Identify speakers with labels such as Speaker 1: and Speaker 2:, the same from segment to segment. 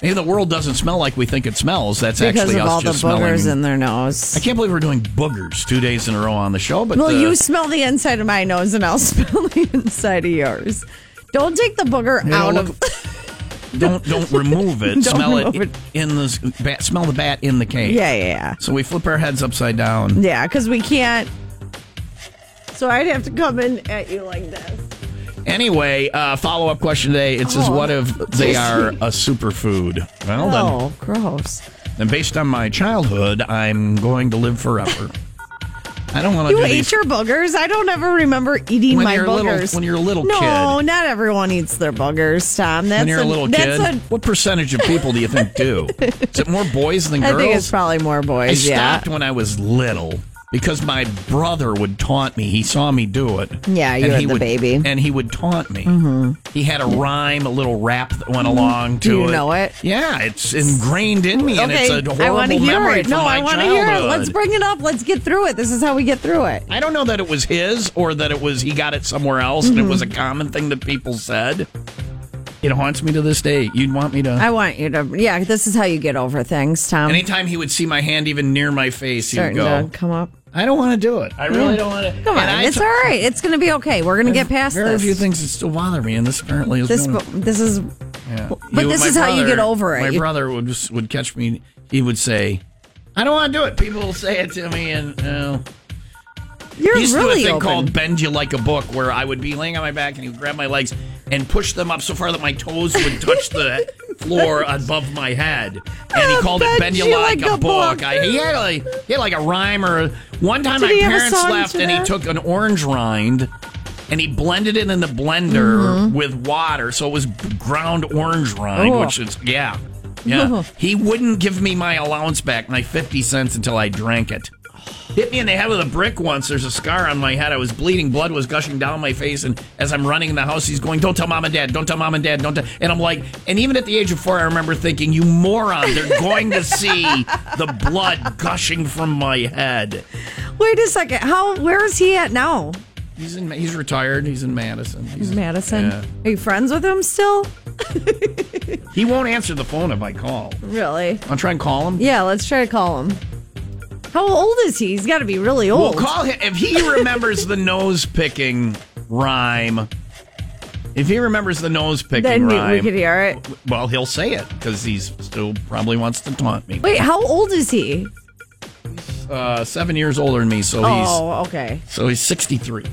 Speaker 1: Maybe the world doesn't smell like we think it smells. That's
Speaker 2: because
Speaker 1: actually
Speaker 2: of
Speaker 1: us
Speaker 2: all the
Speaker 1: just
Speaker 2: boogers
Speaker 1: smelling.
Speaker 2: in their
Speaker 1: I
Speaker 2: nose.
Speaker 1: can't believe we're doing boogers two days in a row on the show. But
Speaker 2: Well,
Speaker 1: uh,
Speaker 2: you smell the inside of my nose, and I'll smell the inside of yours. Don't take the booger
Speaker 1: You know,
Speaker 2: out
Speaker 1: look-
Speaker 2: of.
Speaker 1: don't don't remove it.
Speaker 2: Don't
Speaker 1: smell
Speaker 2: remove
Speaker 1: it
Speaker 2: it.
Speaker 1: in the s- bat, smell the bat in the cake.
Speaker 2: Yeah, yeah, yeah.
Speaker 1: So we flip our heads upside down.
Speaker 2: Yeah, because we can't. So I'd have to come in at you like this.
Speaker 1: Anyway, uh, follow up question today. It says,
Speaker 2: Oh.
Speaker 1: "What if they are a superfood?" Well, then
Speaker 2: Oh, gross.
Speaker 1: And based on my childhood, I'm going to live forever. I don't want to
Speaker 2: You
Speaker 1: do
Speaker 2: ate
Speaker 1: these.
Speaker 2: your boogers? I don't ever remember eating
Speaker 1: When
Speaker 2: my
Speaker 1: you're a little-
Speaker 2: boogers.
Speaker 1: when you're a little
Speaker 2: no,
Speaker 1: kid.
Speaker 2: not everyone eats their boogers, Tom. That's
Speaker 1: when you're a
Speaker 2: a-
Speaker 1: little kid,
Speaker 2: that's
Speaker 1: what percentage of people do you think do? Is it more boys than
Speaker 2: A, I
Speaker 1: girls?
Speaker 2: think it's probably more
Speaker 1: I
Speaker 2: boys. yeah.
Speaker 1: stopped when I was little because my brother would taunt me. He saw me do it.
Speaker 2: Yeah, you
Speaker 1: and
Speaker 2: were
Speaker 1: he
Speaker 2: the
Speaker 1: would,
Speaker 2: baby. Mm-hmm.
Speaker 1: and he would taunt me. He had a rhyme, a little rap that went along to
Speaker 2: Do you
Speaker 1: it.
Speaker 2: know it?
Speaker 1: Yeah, it's ingrained in me, and
Speaker 2: okay,
Speaker 1: it's a horrible
Speaker 2: I wanna hear
Speaker 1: memory
Speaker 2: it.
Speaker 1: from
Speaker 2: No,
Speaker 1: my
Speaker 2: I wanna
Speaker 1: childhood.
Speaker 2: hear it. Let's bring it up. Let's get through it. This is how we get through it.
Speaker 1: I don't know that it was his or that it was he got it somewhere else and it was a
Speaker 2: Mm-hmm.
Speaker 1: common thing that people said. It haunts me to this day. You'd want me to.
Speaker 2: I want you to. Yeah, this is how you get over things, Tom.
Speaker 1: Anytime he would see my hand even near my face, he would
Speaker 2: Starting
Speaker 1: go,
Speaker 2: to come up.
Speaker 1: I don't want to do it. I really don't want to.
Speaker 2: Come on, it's all right. It's going to be okay. We're going to get past
Speaker 1: Very
Speaker 2: this.
Speaker 1: few things that still bother me, and this apparently is
Speaker 2: this
Speaker 1: one of-
Speaker 2: this is
Speaker 1: yeah.
Speaker 2: but
Speaker 1: You-
Speaker 2: this
Speaker 1: my
Speaker 2: is how you
Speaker 1: brother-
Speaker 2: get over it.
Speaker 1: My
Speaker 2: You-
Speaker 1: brother would just- would catch me. He would say, "I don't want to do it." People will say it to me, and you know,
Speaker 2: you're
Speaker 1: He used to do a
Speaker 2: really
Speaker 1: thing
Speaker 2: open.
Speaker 1: called bend you like a book, where I would be laying on my back and he would grab my legs and push them up so far that my toes would touch the floor above my head. And he
Speaker 2: Oh,
Speaker 1: called it bend you like, a, book. I, he had like he had like a rhyme or one time
Speaker 2: Did
Speaker 1: my
Speaker 2: he have a
Speaker 1: parents
Speaker 2: song
Speaker 1: left
Speaker 2: to
Speaker 1: and he
Speaker 2: that?
Speaker 1: took an orange rind and he blended it in the blender with water, so it was ground orange rind,
Speaker 2: Oh.
Speaker 1: which is yeah. Yeah. he wouldn't give me my allowance back, my 50 cents until I drank it. Hit me in the head with a brick once. There's a scar on my head. I was bleeding. Blood was gushing down my face. And as I'm running in the house, he's going, Don't tell mom and dad. Don't tell mom and dad. Don't tell. And I'm like, And even at the age of four, I remember thinking, You moron. They're going to see the blood gushing from my head.
Speaker 2: Wait a second. How? Where is he at now?
Speaker 1: He's in. He's retired. He's in Madison. He's
Speaker 2: Madison.
Speaker 1: Yeah.
Speaker 2: Are you friends with him still?
Speaker 1: He won't answer the phone if I call.
Speaker 2: Really?
Speaker 1: I'll try and call him.
Speaker 2: Yeah. Let's try to call him. How old is he? He's got to be really
Speaker 1: We'll
Speaker 2: old.
Speaker 1: call him if he remembers the nose picking rhyme. If he remembers the nose picking
Speaker 2: then we, we
Speaker 1: rhyme,
Speaker 2: could hear it.
Speaker 1: Well, he'll say it because he's still probably wants to taunt me.
Speaker 2: Wait, how old is he?
Speaker 1: Uh, seven years older than me, so
Speaker 2: Oh, okay.
Speaker 1: he's so he's sixty three.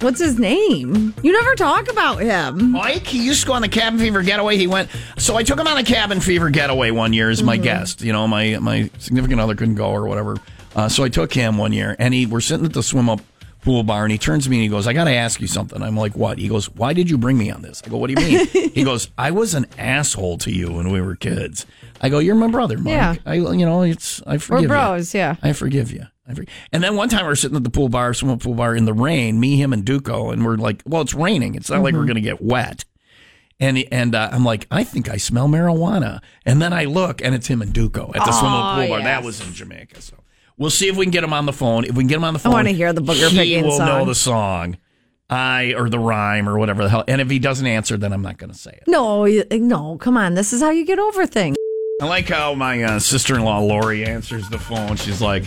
Speaker 2: What's his name? You never talk about him.
Speaker 1: Mike, he used to go on the cabin fever getaway. He went, so I took him on a cabin fever getaway one year as my guest. You know, my my significant other couldn't go or whatever, uh, so I took him one year, and he we're sitting at the swim up pool bar, and he turns to me and he goes, "I got to ask you something." I'm like, "What?" He goes, "Why did you bring me on this?" I go, "What do you mean?" he goes, "I was an asshole to you when we were kids." I go, "You're my brother, Mike.
Speaker 2: Yeah.
Speaker 1: I, you know, it's I forgive you."
Speaker 2: bros, yeah.
Speaker 1: I forgive you. I forg and then one time we were sitting at the pool bar, swimming pool bar in the rain, me, him, and Duco, and we're like, well, it's raining. It's not like
Speaker 2: Mm-hmm.
Speaker 1: we're going to get wet. And and uh, I'm like, I think I smell marijuana. And then I look, and it's him and Duco at the swimming pool bar. That
Speaker 2: yes.
Speaker 1: was in Jamaica. So we'll see if we can get him on the phone. If we can get him on the phone,
Speaker 2: wanna hear the booger
Speaker 1: he
Speaker 2: picking
Speaker 1: will know
Speaker 2: song.
Speaker 1: the song, I or the rhyme or whatever the hell. And if he doesn't answer, then I'm not going to say it.
Speaker 2: No, you- no. Come on. This is how you get over things.
Speaker 1: I like how my uh, sister-in-law Lori answers the phone. She's like,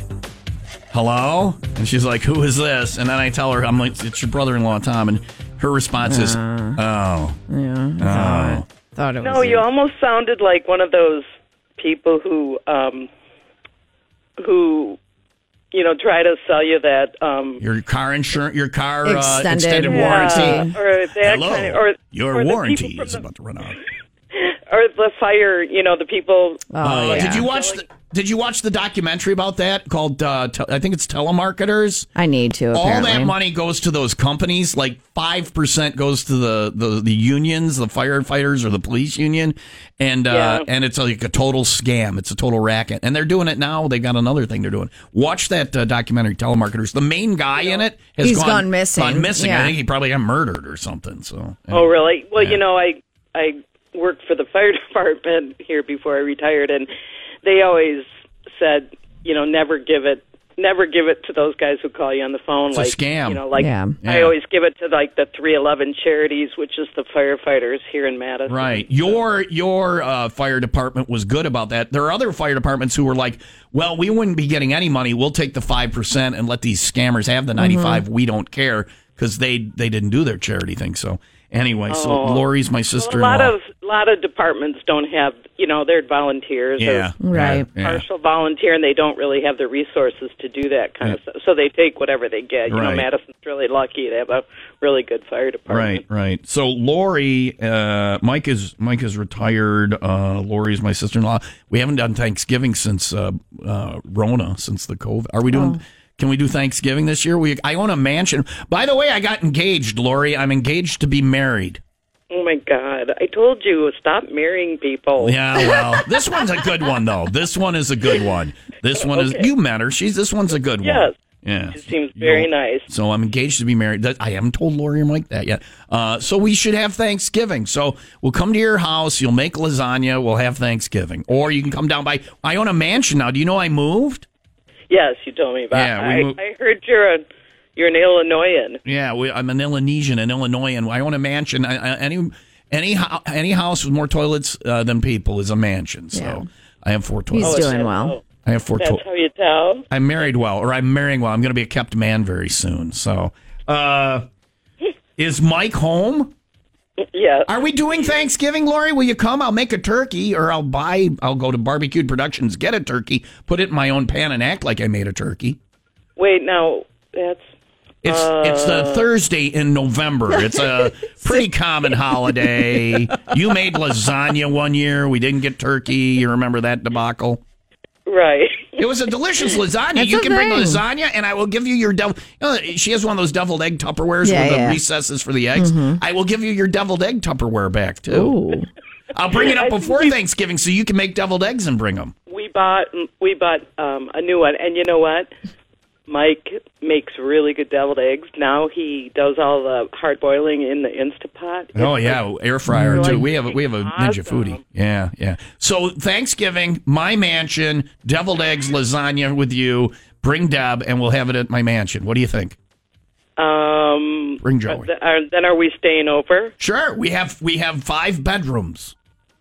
Speaker 1: "Hello," and she's like, "Who is this?" And then I tell her, "I'm like, it's your brother-in-law Tom," and her response is, "Oh, yeah, oh."
Speaker 2: Thought it was
Speaker 3: No, you almost sounded like one of those people who, um, who, you know, try to sell you that. Um,
Speaker 1: Your car insurance, your car extended, uh,
Speaker 2: Extended
Speaker 1: extended
Speaker 2: warranty.
Speaker 1: warranty.
Speaker 3: uh, or that
Speaker 1: Hello,
Speaker 3: kind of, or
Speaker 1: your
Speaker 3: or the
Speaker 1: warranty
Speaker 3: people
Speaker 1: is
Speaker 3: from
Speaker 1: about to run out.
Speaker 3: the, or the fire. You know, the people.
Speaker 2: Oh,
Speaker 1: Uh,
Speaker 2: yeah.
Speaker 1: Did you watch? The, did you watch the documentary about that called? Uh, te- I think it's telemarketers.
Speaker 2: I need to.
Speaker 1: all
Speaker 2: Apparently.
Speaker 1: that money goes to those companies. Like five percent goes to the, the the unions, the firefighters or the police union, and uh,
Speaker 3: Yeah.
Speaker 1: and it's like a total scam. It's a total racket, and they're doing it now. They got another thing they're doing. Watch that uh, documentary, telemarketers. The main guy in it has
Speaker 2: He's gone missing.
Speaker 1: Gone missing. I
Speaker 2: Yeah.
Speaker 1: think he probably got murdered or something. So
Speaker 3: Oh, really? Well,
Speaker 1: Yeah.
Speaker 3: you know, I I worked for the fire department here before I retired, and they always said, you know, never give it never give it to those guys who call you on the phone.
Speaker 1: It's a
Speaker 3: like
Speaker 1: scam.
Speaker 3: You know, like
Speaker 2: Yeah.
Speaker 3: I
Speaker 1: Yeah.
Speaker 3: always give it to like the 311 charities, which is the firefighters here in Madison.
Speaker 1: Right. Your your uh, fire department was good about that. There are other fire departments who were like, "Well, we wouldn't be getting any money. We'll take the five percent and let these scammers have the 95
Speaker 3: Mm-hmm.
Speaker 1: We don't care because they they didn't do their charity thing." So anyway, so Lori's my
Speaker 3: Oh. A
Speaker 1: sister.
Speaker 3: lot of lot of departments don't have, you know, they're volunteers. or
Speaker 1: yeah,
Speaker 2: Right.
Speaker 1: yeah, yeah.
Speaker 3: Partial volunteer, and they don't really have the resources to do that kind of stuff. So they take whatever they get. You
Speaker 1: Right.
Speaker 3: know, Madison's really lucky to have a really good fire department.
Speaker 1: Right, right. So Lori, uh, Mike is Mike is retired. Uh, Lori is my sister in law. We haven't done Thanksgiving since uh, uh, Rona, since the COVID. Are we doing? Can we do Thanksgiving this year? We I own a mansion. By the way, I got engaged, Lori. I'm engaged to be married.
Speaker 3: Oh my God! I told you, stop marrying people.
Speaker 1: Yeah, well, this one's a good one though. This one is a good one. This one is you met her. She's this one's a good one.
Speaker 3: Yes.
Speaker 1: Yeah.
Speaker 3: It seems very nice.
Speaker 1: So I'm engaged to be married. That- I haven't told Lori or Mike that yet. Uh, so we should have Thanksgiving. So we'll come to your house. You'll make lasagna. We'll have Thanksgiving. Or you can come down by. I own a mansion now. Do you know I moved?
Speaker 3: Yes, you told me about.
Speaker 1: Yeah, we
Speaker 3: I,
Speaker 1: moved-
Speaker 3: I heard you're a you're an Illinoisan.
Speaker 1: Yeah, we, I'm an Illinoisan, an Illinoisan. I own a mansion. I, I, any any ho- any house with more toilets uh, than people is a mansion. So
Speaker 2: Yeah.
Speaker 1: I have four
Speaker 2: He's
Speaker 1: toilets.
Speaker 2: doing well.
Speaker 1: I have four
Speaker 3: That's
Speaker 1: toilets.
Speaker 3: how you tell.
Speaker 1: I'm married well, or I'm marrying well. I'm going to be a kept man very soon. So, uh, is Mike home?
Speaker 3: Yes.
Speaker 1: Are we doing Thanksgiving, Lori? Will you come? I'll make a turkey, or I'll buy. I'll go to Barbecued Productions, get a turkey, put it in my own pan, and act like I made a turkey.
Speaker 3: Wait, now that's
Speaker 1: It's it's the Thursday in November. It's a pretty common holiday. You made lasagna one year. We didn't get turkey. You remember that debacle?
Speaker 3: right.
Speaker 1: It was a delicious lasagna.
Speaker 2: That's
Speaker 1: you
Speaker 2: the
Speaker 1: can bring
Speaker 2: thing.
Speaker 1: lasagna, and I will give you your devil. You know, she has one of those deviled egg Tupperwares
Speaker 2: Yeah,
Speaker 1: with
Speaker 2: yeah. Mm-hmm.
Speaker 1: the recesses for the eggs. I will give you your deviled egg Tupperware back too.
Speaker 2: Ooh.
Speaker 1: I'll bring it up before Thanksgiving so you can make deviled eggs and bring them.
Speaker 3: We bought we bought um, a new one, and you know what? Mike makes really good deviled eggs. Now he does all the hard boiling in the Instapot.
Speaker 1: Oh yeah, air
Speaker 2: Mm-hmm.
Speaker 1: fryer
Speaker 3: Really
Speaker 1: too. We have a, we have a ninja foodie. Yeah, yeah. So Thanksgiving, my mansion, deviled eggs, lasagna with you. Bring Deb, and we'll have it at my mansion. What do you think?
Speaker 3: Um,
Speaker 1: Bring Joey.
Speaker 3: th- are- then are we staying over?
Speaker 1: Sure. We have we have five bedrooms.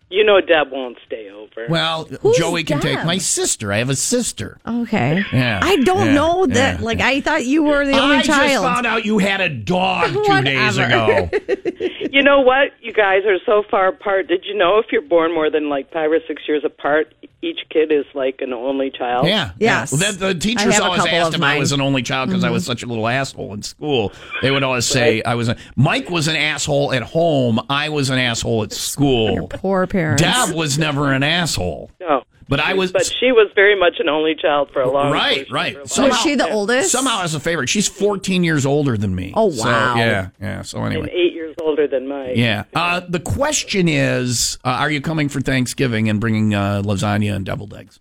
Speaker 3: You know Deb won't stay over.
Speaker 1: Well,
Speaker 2: Who's
Speaker 1: Joey can take
Speaker 2: Deb?
Speaker 1: my sister. I have a sister.
Speaker 2: Okay.
Speaker 1: Yeah,
Speaker 2: I don't
Speaker 1: yeah,
Speaker 2: know that.
Speaker 1: yeah.
Speaker 2: Like I thought you were the only
Speaker 1: I just
Speaker 2: child.
Speaker 1: found out you had a dog two days ago.
Speaker 2: Whatever.
Speaker 3: You know what? You guys are so far apart. Did you know if you're born more than like five or six years apart, each kid is like an only child?
Speaker 1: Yeah.
Speaker 2: Oh, Yes.
Speaker 1: Yeah. Well, that, the
Speaker 2: I
Speaker 1: teachers
Speaker 2: have a
Speaker 1: always
Speaker 2: couple
Speaker 1: asked
Speaker 2: of
Speaker 1: if I
Speaker 2: mine. Mm-hmm.
Speaker 1: was an only child because I was such a little asshole in school. They would always say I was. A, Mike was an asshole at home. I was an asshole at school.
Speaker 2: Oh, Poor parents.
Speaker 1: Deb was never an asshole,
Speaker 3: No.
Speaker 1: but I was.
Speaker 3: But she was very much an only child for a long
Speaker 1: Right,
Speaker 3: portion of
Speaker 1: right.
Speaker 3: her life.
Speaker 1: Somehow,
Speaker 2: was she the oldest?
Speaker 1: somehow as a favorite. She's 14 years older than me.
Speaker 2: Oh,
Speaker 1: So,
Speaker 2: wow.
Speaker 1: yeah, yeah. So
Speaker 3: And
Speaker 1: anyway,
Speaker 3: eight years older than mine.
Speaker 1: yeah. Uh, the question is, uh, are you coming for Thanksgiving and bringing uh, lasagna and deviled eggs?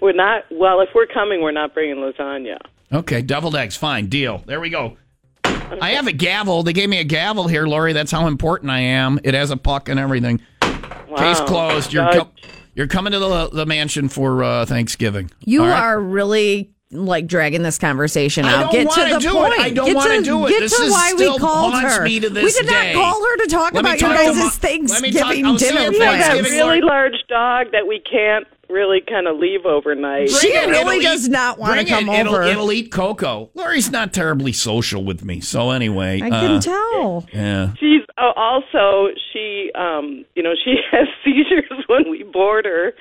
Speaker 3: We're not, well, if we're coming, we're not bringing lasagna.
Speaker 1: Okay, deviled eggs. Fine, deal. There we go. I have a gavel. They gave me a gavel here, Lori. That's how important I am. It has a puck and everything.
Speaker 3: Wow.
Speaker 1: Case closed. You're
Speaker 3: Judge,
Speaker 1: com- you're coming to the, the mansion for uh, Thanksgiving.
Speaker 2: you
Speaker 1: All right?
Speaker 2: are really like dragging this conversation
Speaker 1: I
Speaker 2: out.
Speaker 1: don't
Speaker 2: Get to
Speaker 1: wanna
Speaker 2: the
Speaker 1: do it.
Speaker 2: point.
Speaker 1: I don't
Speaker 2: Get
Speaker 1: wanna
Speaker 2: to-
Speaker 1: do it.
Speaker 2: Get
Speaker 1: This
Speaker 2: to
Speaker 1: is
Speaker 2: why
Speaker 1: still
Speaker 2: we called
Speaker 1: haunts
Speaker 2: her.
Speaker 1: me to
Speaker 2: we
Speaker 1: this
Speaker 2: did
Speaker 1: day.
Speaker 2: not call her to talk
Speaker 1: Let me
Speaker 2: about your
Speaker 1: talk to
Speaker 2: guys'
Speaker 1: Ma- let me talk-
Speaker 2: Thanksgiving
Speaker 1: I'll see you
Speaker 2: dinner
Speaker 1: at
Speaker 3: I got a
Speaker 1: Thanksgiving,
Speaker 2: plans.
Speaker 1: Lori.
Speaker 3: really large dog that we can't really kind of leave overnight.
Speaker 1: Bring
Speaker 2: She
Speaker 1: it.
Speaker 2: really
Speaker 1: It'll
Speaker 2: does
Speaker 1: eat-
Speaker 2: not wanna
Speaker 1: bring it.
Speaker 2: come
Speaker 1: It'll-
Speaker 2: over.
Speaker 1: It'll, eat cocoa. Lori's not terribly social with me. So anyway,
Speaker 2: I
Speaker 1: uh,
Speaker 2: can tell.
Speaker 1: Yeah.
Speaker 3: She's oh, also she, um, you know, she has seizures when we board her,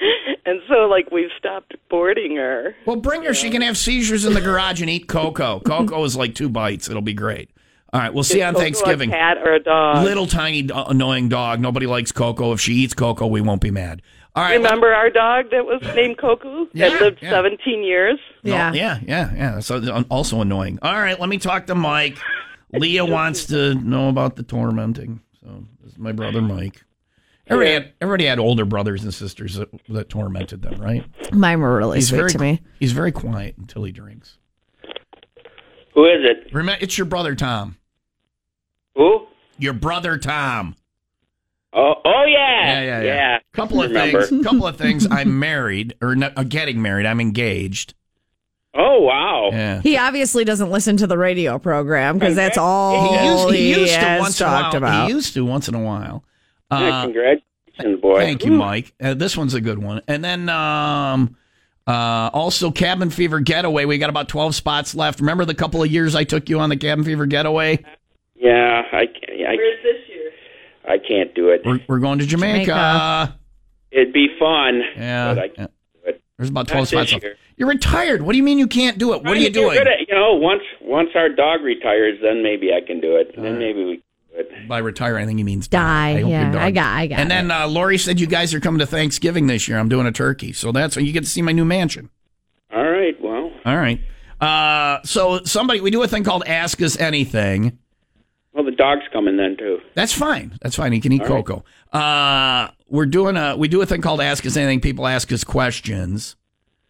Speaker 3: and so like we've stopped boarding her.
Speaker 1: Well, bring her. She can have seizures in the garage and eat cocoa. Cocoa is like two bites. It'll be great. All right, we'll see you on
Speaker 3: Coco,
Speaker 1: Thanksgiving.
Speaker 3: A cat or a dog.
Speaker 1: little tiny do- annoying dog. Nobody likes Coco. If she eats Coco, we won't be mad. All right.
Speaker 3: Remember our dog that was named Coco
Speaker 1: Yeah,
Speaker 3: that lived
Speaker 1: yeah.
Speaker 3: 17 years?
Speaker 1: No,
Speaker 2: Yeah.
Speaker 1: yeah, yeah, yeah. So um, also annoying. All right, let me talk to Mike. Leah wants to know about the tormenting. So this is my brother Mike. Everybody had, everybody had older brothers and sisters that, that tormented them, right?
Speaker 2: Mine were really sweet
Speaker 1: very
Speaker 2: to me.
Speaker 1: he's very quiet until he drinks.
Speaker 4: Who is it?
Speaker 1: Remember, it's your brother Tom.
Speaker 4: Who?
Speaker 1: Your brother Tom.
Speaker 4: Oh, oh yeah,
Speaker 1: Yeah, yeah, yeah. Couple of
Speaker 4: Remember.
Speaker 1: things. Couple of things. I'm married or not, uh, getting married. I'm engaged.
Speaker 4: Oh wow.
Speaker 1: Yeah.
Speaker 2: He obviously doesn't listen to the radio program because that's all
Speaker 1: He
Speaker 2: he,
Speaker 1: used, he used to
Speaker 2: has
Speaker 1: once in a
Speaker 2: talked
Speaker 1: while.
Speaker 2: about.
Speaker 1: He used to once in a while.
Speaker 4: Yeah,
Speaker 1: Uh,
Speaker 4: Congratulations, boy.
Speaker 1: Thank you, Mike. Uh, this one's a good one. And then um, uh, also Cabin Fever Getaway. We got about 12 spots left. Remember the couple of years I took you on the Cabin Fever Getaway?
Speaker 4: Yeah, I can't. I, Where's this year? I can't do it.
Speaker 1: We're, we're going to Jamaica.
Speaker 2: Jamaica.
Speaker 4: It'd be fun.
Speaker 1: Yeah.
Speaker 4: But I can't
Speaker 1: yeah.
Speaker 4: do it.
Speaker 1: There's about 12
Speaker 4: Not
Speaker 1: spots
Speaker 4: this
Speaker 1: left.
Speaker 4: year.
Speaker 1: You're retired. What do you mean you can't do it? What are
Speaker 4: Trying
Speaker 1: you
Speaker 4: to get
Speaker 1: doing?
Speaker 4: rid of- you know, once once our dog retires, then maybe I can do it. then maybe we can do it.
Speaker 1: By retire, I think he means
Speaker 2: Die,
Speaker 1: I hope
Speaker 2: yeah.
Speaker 1: you're done.
Speaker 2: I got- I got
Speaker 1: And then uh, Lori said you guys are coming to Thanksgiving this year. I'm doing a turkey, so that's when you get to see my new mansion.
Speaker 4: All right. Well,
Speaker 1: All right. Uh, so somebody, we do a thing called Ask Us Anything.
Speaker 4: well, the dog's coming then too.
Speaker 1: That's fine. That's fine. He can eat cocoa. Uh, we're doing a we do a thing called Ask Us Anything. People ask us questions.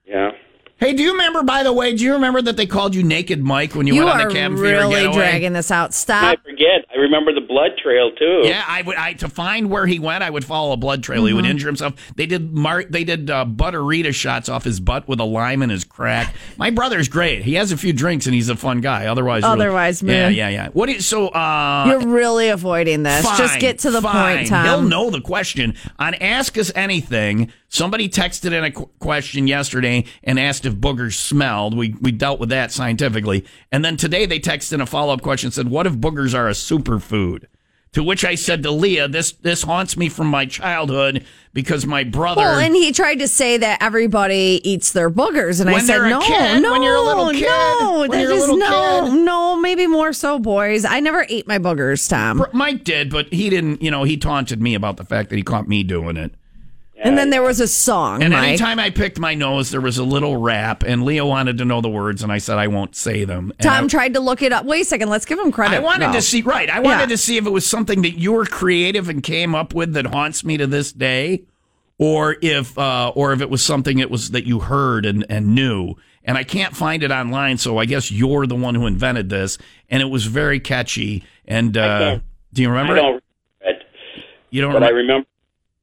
Speaker 4: Yeah.
Speaker 1: Hey, do you remember? By the way, do you remember that they called you Naked Mike when you,
Speaker 2: You
Speaker 1: went on
Speaker 2: are
Speaker 1: the Cam Fever
Speaker 2: really
Speaker 1: getaway?
Speaker 2: dragging this out.
Speaker 4: I
Speaker 2: Stop.
Speaker 4: forget. I remember the blood trail too.
Speaker 1: Uh, Yeah, I would. I to find where he went, I would follow a blood trail. He would
Speaker 2: Mm-hmm.
Speaker 1: injure himself. They did. Mar- they did uh, butterita shots off his butt with a lime in his crack. My brother's great. He has a few drinks and he's a fun guy. Otherwise, really-
Speaker 2: Otherwise, man.
Speaker 1: yeah, yeah, yeah. What is so? Uh,
Speaker 2: You're really avoiding this. Just
Speaker 1: Fine,
Speaker 2: get to the
Speaker 1: fine.
Speaker 2: point, Tom.
Speaker 1: He'll know the question. On Ask Us Anything, somebody texted in a qu- question yesterday and asked if boogers smelled. We, we dealt with that scientifically. And then today they texted in a follow up question said, What if boogers are a superfood? To which I said to Leah, this, this haunts me from my childhood because my brother.
Speaker 2: Well, and he tried to say that everybody eats their boogers, and I
Speaker 1: When they're
Speaker 2: said,
Speaker 1: a
Speaker 2: "No,
Speaker 1: kid,
Speaker 2: no,
Speaker 1: when you're a little kid,
Speaker 2: no,
Speaker 1: when
Speaker 2: that
Speaker 1: you're a
Speaker 2: is
Speaker 1: little
Speaker 2: no,
Speaker 1: kid."
Speaker 2: no, maybe more so boys. I never ate my boogers, Tom.
Speaker 1: Mike did, but he didn't, you know, he taunted me about the fact that he caught me doing it.
Speaker 2: and then there was a song,
Speaker 1: And
Speaker 2: Mike.
Speaker 1: anytime I picked my nose, there was a little rap, and Leah wanted to know the words, and I said I won't say them. And
Speaker 2: Tom
Speaker 1: I,
Speaker 2: tried to look it up. Wait a second, let's give him credit.
Speaker 1: I wanted
Speaker 2: No.
Speaker 1: to see right. I wanted
Speaker 2: Yeah.
Speaker 1: to see if it was something that you were creative and came up with that haunts me to this day, or if uh, or if it was something that was that you heard and and knew. And I can't find it online, so I guess you're the one who invented this, and it was very catchy. And uh,
Speaker 4: can't-
Speaker 1: do you remember?
Speaker 4: I
Speaker 1: it?
Speaker 4: don't remember it,
Speaker 1: you don't
Speaker 4: but I
Speaker 1: remember?
Speaker 4: remember.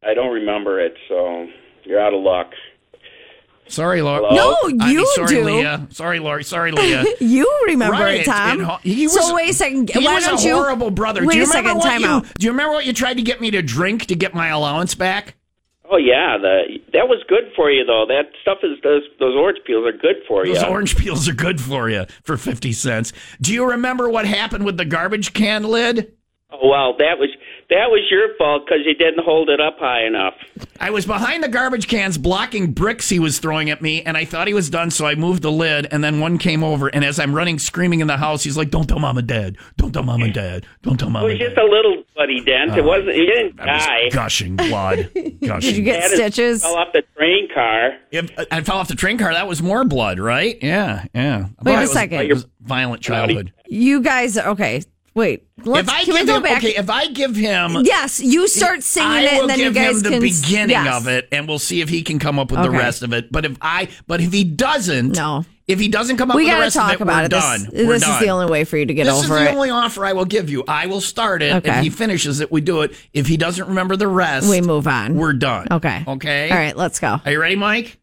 Speaker 4: I don't remember it, so you're out of luck.
Speaker 1: sorry, Laura.
Speaker 4: Hello?
Speaker 2: No,
Speaker 1: I mean,
Speaker 2: you
Speaker 1: sorry,
Speaker 2: do.
Speaker 1: Leah. Sorry, Lori. Sorry, Leah.
Speaker 2: You remember
Speaker 1: Right,
Speaker 2: it, Tom?
Speaker 1: and ho- he was-
Speaker 2: so wait a second.
Speaker 1: He
Speaker 2: why
Speaker 1: was
Speaker 2: don't
Speaker 1: a
Speaker 2: you?
Speaker 1: horrible brother.
Speaker 2: Wait
Speaker 1: do you
Speaker 2: a second.
Speaker 1: remember what
Speaker 2: time
Speaker 1: you,
Speaker 2: out.
Speaker 1: Do you remember what you tried to get me to drink to get my allowance back?
Speaker 4: Oh yeah, the that was good for you though. That stuff is those those orange peels are good for you.
Speaker 1: Those orange peels are good for you for fifty cents. Do you remember what happened with the garbage can lid?
Speaker 4: oh well, that was that was your fault because you didn't hold it up high enough.
Speaker 1: I was behind the garbage cans blocking bricks he was throwing at me, and I thought he was done, so I moved the lid, and then one came over, and as I'm running screaming in the house, he's like, Don't tell mom and dad. Don't tell mom and dad. Don't tell mom
Speaker 4: It was
Speaker 1: and
Speaker 4: just
Speaker 1: dad.
Speaker 4: a little bloody dent. it wasn't. You didn't
Speaker 1: I
Speaker 4: die.
Speaker 1: Oh, was gushing blood. gushing.
Speaker 2: Did you get
Speaker 4: That is-
Speaker 2: stitches?
Speaker 4: Fell off the train car.
Speaker 1: If I fell off the train car, that was more blood, right? Yeah, yeah.
Speaker 2: Wait a
Speaker 1: But it was-
Speaker 2: second.
Speaker 1: it was violent childhood.
Speaker 2: You guys, okay? Wait. Let's,
Speaker 1: If I
Speaker 2: can we
Speaker 1: give
Speaker 2: go
Speaker 1: him,
Speaker 2: back?
Speaker 1: okay, if I give him,
Speaker 2: Yes, you start singing
Speaker 1: I
Speaker 2: it,
Speaker 1: will
Speaker 2: and then
Speaker 1: give
Speaker 2: you guys
Speaker 1: him the
Speaker 2: can
Speaker 1: beginning
Speaker 2: yes.
Speaker 1: of it, and we'll see if he can come up with the
Speaker 2: Okay.
Speaker 1: rest of it. But if I, but if he doesn't,
Speaker 2: No.
Speaker 1: if he doesn't come up
Speaker 2: We
Speaker 1: with the
Speaker 2: got to
Speaker 1: rest
Speaker 2: talk
Speaker 1: of it,
Speaker 2: about
Speaker 1: we're
Speaker 2: it.
Speaker 1: done.
Speaker 2: This,
Speaker 1: We're
Speaker 2: this is
Speaker 1: done.
Speaker 2: the only way for you to get
Speaker 1: This is
Speaker 2: over
Speaker 1: the
Speaker 2: it.
Speaker 1: only offer I will give you. I will start it.
Speaker 2: Okay.
Speaker 1: If he finishes it, we do it. If he doesn't remember the rest,
Speaker 2: we move on.
Speaker 1: We're done.
Speaker 2: okay.
Speaker 1: Okay.
Speaker 2: All right, let's go.
Speaker 1: Are you ready, Mike?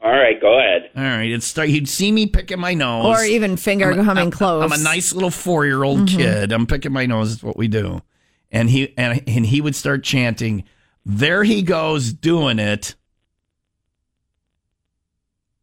Speaker 4: All right, go ahead.
Speaker 1: All right. It's start. He'd see me picking my nose,
Speaker 2: Or even finger
Speaker 1: I'm a-
Speaker 2: coming
Speaker 1: I'm-
Speaker 2: close. Mm-hmm.
Speaker 1: I'm a nice little four year old kid. I'm picking my nose. It's what we do. And he and and he would start chanting, "There he goes doing it."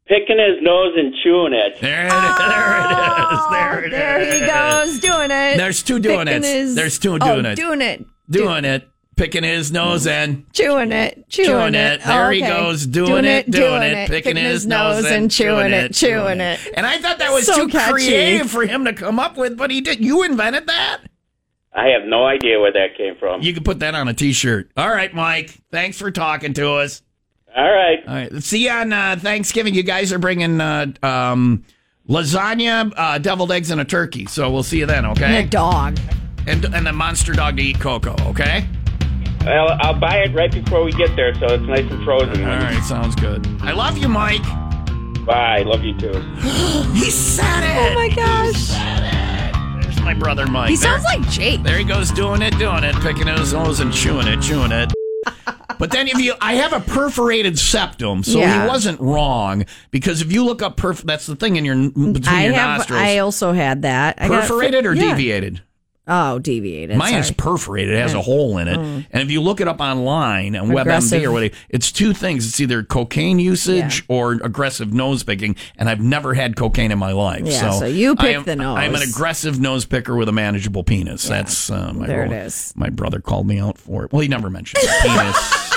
Speaker 4: Picking his nose and chewing it.
Speaker 1: There it is.
Speaker 2: Oh,
Speaker 1: there it is. There
Speaker 2: there
Speaker 1: it is.
Speaker 2: he goes doing it.
Speaker 1: There's two doing it.
Speaker 2: Picking his-
Speaker 1: There's two
Speaker 2: oh,
Speaker 1: doing it.
Speaker 2: Doing it.
Speaker 1: Doing it. Picking his nose and
Speaker 2: Chewing it, chewing,
Speaker 1: chewing
Speaker 2: it.
Speaker 1: it.
Speaker 2: Oh,
Speaker 1: There he
Speaker 2: Okay.
Speaker 1: goes, doing, it, doing, it, picking, his nose and chewing it,
Speaker 2: chewing it.
Speaker 1: And I thought that was
Speaker 2: So
Speaker 1: too
Speaker 2: catchy.
Speaker 1: creative for him to come up with, but he did. You invented that.
Speaker 4: I have no idea where that came from.
Speaker 1: You can put that on a T-shirt. All right, Mike. Thanks for talking to us.
Speaker 4: All right.
Speaker 1: All right. let's See you on uh, Thanksgiving. You guys are bringing uh, um, lasagna, uh, deviled eggs, and a turkey. So we'll see you then.
Speaker 2: And
Speaker 1: Okay.
Speaker 2: a dog.
Speaker 1: And and the monster dog to eat cocoa. Okay.
Speaker 4: Well, I'll buy it right before we get there, so it's nice and frozen.
Speaker 1: All right. Sounds good. I love you, Mike.
Speaker 4: Bye. Love you too.
Speaker 1: He said it.
Speaker 2: Oh my gosh.
Speaker 1: There's my brother Mike.
Speaker 2: He
Speaker 1: There-
Speaker 2: sounds like Jake.
Speaker 1: There he goes, doing it, doing it, picking his nose and chewing it, chewing it. But then if you, I have a perforated septum, so
Speaker 2: Yeah.
Speaker 1: he wasn't wrong because if you look up perf, that's the thing in your between
Speaker 2: I
Speaker 1: your
Speaker 2: have.
Speaker 1: nostrils.
Speaker 2: I also had that. I got-
Speaker 1: perforated or
Speaker 2: yeah.
Speaker 1: deviated?
Speaker 2: Oh, deviated.
Speaker 1: Mine is
Speaker 2: sorry. Mm.
Speaker 1: perforated; it has a hole in it. And if you look it up online on WebMD
Speaker 2: Aggressive.
Speaker 1: or whatever, it's two things: it's either cocaine usage or aggressive nose picking. And I've never had cocaine in my life.
Speaker 2: Yeah,
Speaker 1: so,
Speaker 2: so you
Speaker 1: I
Speaker 2: pick
Speaker 1: am-
Speaker 2: the nose.
Speaker 1: I'm an aggressive nose picker with a manageable penis. That's uh, my
Speaker 2: there it
Speaker 1: role.
Speaker 2: is.
Speaker 1: My brother called me out for it. Well, he never mentioned the penis.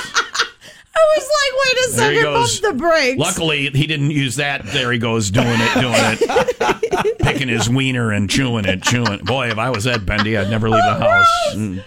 Speaker 2: I was like,
Speaker 1: There
Speaker 2: wait
Speaker 1: he
Speaker 2: a second,
Speaker 1: goes.
Speaker 2: bump the brakes.
Speaker 1: Luckily, he didn't use that. There he goes, doing it, doing it, picking his wiener and chewing it, chewing. it. Boy, if I was Ed Bendy, I'd never leave the house. Mm.